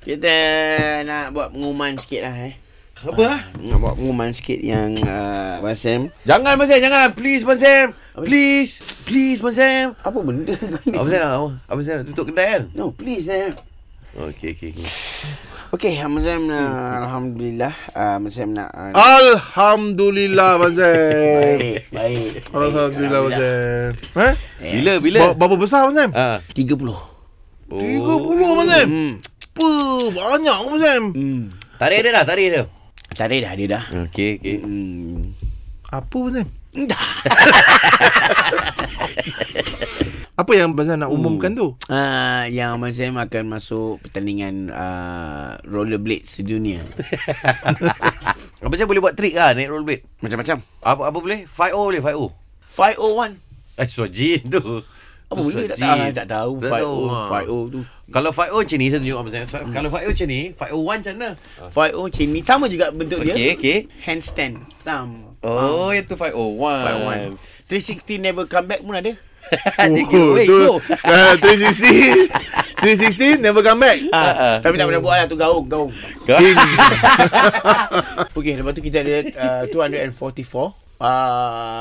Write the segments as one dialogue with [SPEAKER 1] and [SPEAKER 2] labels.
[SPEAKER 1] Kita nak buat pengumuman sikit lah eh.
[SPEAKER 2] Apa? ah?
[SPEAKER 1] Nak buat pengumuman sikit yang uh, Abang Sam.
[SPEAKER 2] Jangan Abang Sam, jangan. Please Abang Sam. Please. Please Abang Sam.
[SPEAKER 1] Apa benda kau ni?
[SPEAKER 2] Abang Sam nak Abang Sam nak tutup kedai kan?
[SPEAKER 1] No, please Sam.
[SPEAKER 2] Okey, okey. okey.
[SPEAKER 1] Okay, Abang Sam uh, Alhamdulillah. Uh, Abang Sam nak... Uh,
[SPEAKER 3] Alhamdulillah Abang
[SPEAKER 2] Oh.
[SPEAKER 3] Sam.
[SPEAKER 1] Baik, baik.
[SPEAKER 3] Alhamdulillah Abang Sam. Ha?
[SPEAKER 2] Bila bila?
[SPEAKER 3] Bila? Berapa besar Abang Sam?
[SPEAKER 2] Ah.
[SPEAKER 1] 30.
[SPEAKER 2] Oh.
[SPEAKER 3] 30 Abang Sam. Apa? Banyak Abang Sam.
[SPEAKER 1] Hmm.
[SPEAKER 2] Tarik dia dah, tarik dia.
[SPEAKER 1] Cari dah dia dah.
[SPEAKER 2] Okey, okey.
[SPEAKER 1] Hmm.
[SPEAKER 3] Apa Abang Sam?
[SPEAKER 1] Dah.
[SPEAKER 3] Apa yang Abang Sam
[SPEAKER 1] Oh.
[SPEAKER 3] nak umumkan tu?
[SPEAKER 1] Uh, yang Abang Sam akan masuk pertandingan uh, rollerblade sedunia.
[SPEAKER 2] Abang Sam boleh buat trick ah naik rollerblade.
[SPEAKER 1] Macam-macam.
[SPEAKER 2] Apa apa boleh? 5-0 boleh, 5-0.
[SPEAKER 1] 501.
[SPEAKER 2] Eh, surat jin tu.
[SPEAKER 1] Apa
[SPEAKER 2] Tu
[SPEAKER 1] benda tak
[SPEAKER 2] surat
[SPEAKER 1] tahu.
[SPEAKER 2] jin.
[SPEAKER 1] Tak tahu.
[SPEAKER 2] Tak tahu, ah.
[SPEAKER 1] 501 tu.
[SPEAKER 2] Kalau 5-0 macam ni, saya tunjuk Abang Sam. So- Kalau 5-0 macam ni, 5-0-1 macam mana?
[SPEAKER 1] 501 macam ni. E. Sama juga bentuk dia.
[SPEAKER 2] Okey, okey.
[SPEAKER 1] Handstand. Sam.
[SPEAKER 2] Oh,
[SPEAKER 1] Um,
[SPEAKER 2] itu 5-0-1.
[SPEAKER 1] 501. 360 E. never come back pun ada.
[SPEAKER 2] Dia kira, weh,
[SPEAKER 3] Oh, tu,
[SPEAKER 2] yo.
[SPEAKER 3] ah, 360 360 never come back
[SPEAKER 1] Ah,
[SPEAKER 2] ah.
[SPEAKER 1] Tapi tak pernah buat lah tu gaung, gaung.
[SPEAKER 2] King.
[SPEAKER 1] Okay, lepas tu kita ada uh, 244. Uh,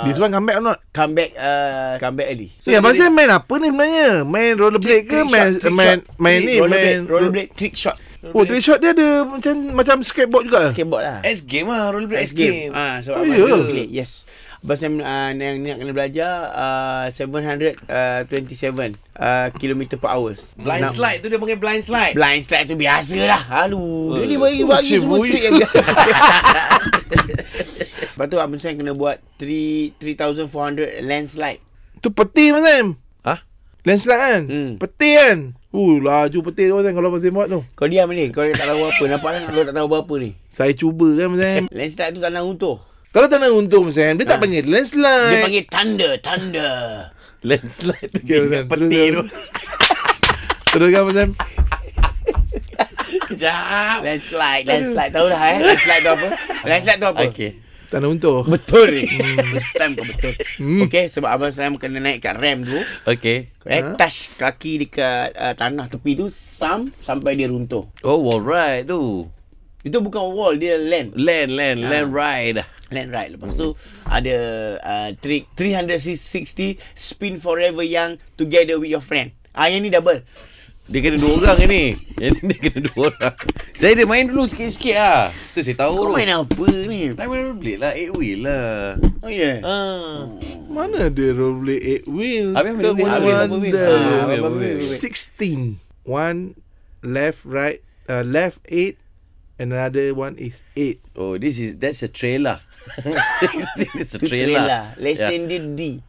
[SPEAKER 3] This one come back or not
[SPEAKER 1] come back uh, come back early.
[SPEAKER 3] so, Eh Abang
[SPEAKER 1] jadi-
[SPEAKER 3] Sam main apa ni sebenarnya Main rollerblade ke
[SPEAKER 1] Trick
[SPEAKER 3] Main
[SPEAKER 1] shot, trick
[SPEAKER 3] main,
[SPEAKER 1] shot.
[SPEAKER 3] main
[SPEAKER 1] Trick
[SPEAKER 3] ni
[SPEAKER 1] rollerblade,
[SPEAKER 3] main
[SPEAKER 1] rollerblade trick shot.
[SPEAKER 3] Oh trick shot dia ada Macam macam skateboard juga
[SPEAKER 1] Skateboard lah.
[SPEAKER 2] X game ah, rollerblade X game.
[SPEAKER 1] Ah, so
[SPEAKER 3] Oh,
[SPEAKER 1] abang
[SPEAKER 3] ya.
[SPEAKER 1] yeah. pilih. Yes. Abang Sam uh, yang ni nak kena belajar uh, 727 uh, ah, kilometer per hours.
[SPEAKER 2] Blind
[SPEAKER 1] Enam-
[SPEAKER 2] slide tu dia panggil blind slide.
[SPEAKER 1] Blind slide tu biasa lah. Aduh. Dia ni bagi,
[SPEAKER 3] Oh,
[SPEAKER 1] bagi
[SPEAKER 3] cik
[SPEAKER 1] semua
[SPEAKER 3] boy.
[SPEAKER 1] trick yang biasa. Lepas tu Abang Sam kena buat 3 3,400 landslide.
[SPEAKER 3] Tu peti Abang Sam
[SPEAKER 2] Ha?
[SPEAKER 3] Landslide kan
[SPEAKER 1] Hmm.
[SPEAKER 3] Peti kan Uh laju peti tu Abang Sam Kalau Abang Sam buat tu
[SPEAKER 1] Kau diam ni. Kau tak tahu apa. Nampak kan kau tak tahu apa ni.
[SPEAKER 3] Saya cuba kan Abang Sam
[SPEAKER 1] Landslide tu tak nak runtuh.
[SPEAKER 3] Kalau tak nak untung Abang Sam Dia tak Ah. panggil landslide
[SPEAKER 1] Dia panggil thunder, thunder.
[SPEAKER 2] Landslide tu
[SPEAKER 3] Okay,
[SPEAKER 2] dia
[SPEAKER 3] Abang Sam.
[SPEAKER 2] peti
[SPEAKER 3] Terus,
[SPEAKER 2] tu.
[SPEAKER 3] Terus kan Abang Sam
[SPEAKER 2] Kejap.
[SPEAKER 1] Landslide, landslide. Tahu dah eh. Landslide tu apa? Landslide tu apa?
[SPEAKER 2] Okey.
[SPEAKER 3] Tak nak untung
[SPEAKER 1] Betul ni. First Hmm, time kau betul.
[SPEAKER 3] Hmm.
[SPEAKER 1] Okay, sebab Abang Sam kena naik kat rem tu.
[SPEAKER 2] Okey.
[SPEAKER 1] Eh,
[SPEAKER 3] Ha?
[SPEAKER 1] touch kaki dekat uh, tanah tepi tu. Sam sampai dia runtuh.
[SPEAKER 2] Oh, wall ride tu.
[SPEAKER 1] Itu bukan wall, dia land.
[SPEAKER 2] Land, land,
[SPEAKER 1] Ah.
[SPEAKER 2] land ride.
[SPEAKER 1] Land right. Lepas tu ada uh, trick 360 spin forever yang together with your friend. Ah yang ni double.
[SPEAKER 2] Dia kena dua orang ni. Yang ni dia kena dua orang. Saya dia main dulu sikit-sikit lah. Tu saya tahu.
[SPEAKER 1] Kau
[SPEAKER 2] tu.
[SPEAKER 1] main apa ni?
[SPEAKER 2] Saya main rollerblade lah. Eight wheel lah.
[SPEAKER 1] Oh yeah.
[SPEAKER 2] Ah.
[SPEAKER 3] Mana ada rollerblade 8 wheel
[SPEAKER 2] Habis boleh
[SPEAKER 3] Kau
[SPEAKER 2] wheel, habis
[SPEAKER 3] wonder.
[SPEAKER 2] berapa
[SPEAKER 1] Ah,
[SPEAKER 2] wheel? wait,
[SPEAKER 1] apa-
[SPEAKER 2] wait,
[SPEAKER 1] apa-
[SPEAKER 2] wait.
[SPEAKER 1] apa-
[SPEAKER 3] 16 one left right uh, left 8 another one is 8
[SPEAKER 2] Oh, this is that's a trailer. it's a
[SPEAKER 1] lah. Tu
[SPEAKER 3] Ya.
[SPEAKER 2] lah. Ya.
[SPEAKER 1] trailer.
[SPEAKER 2] trailer.
[SPEAKER 1] Lesen dia D.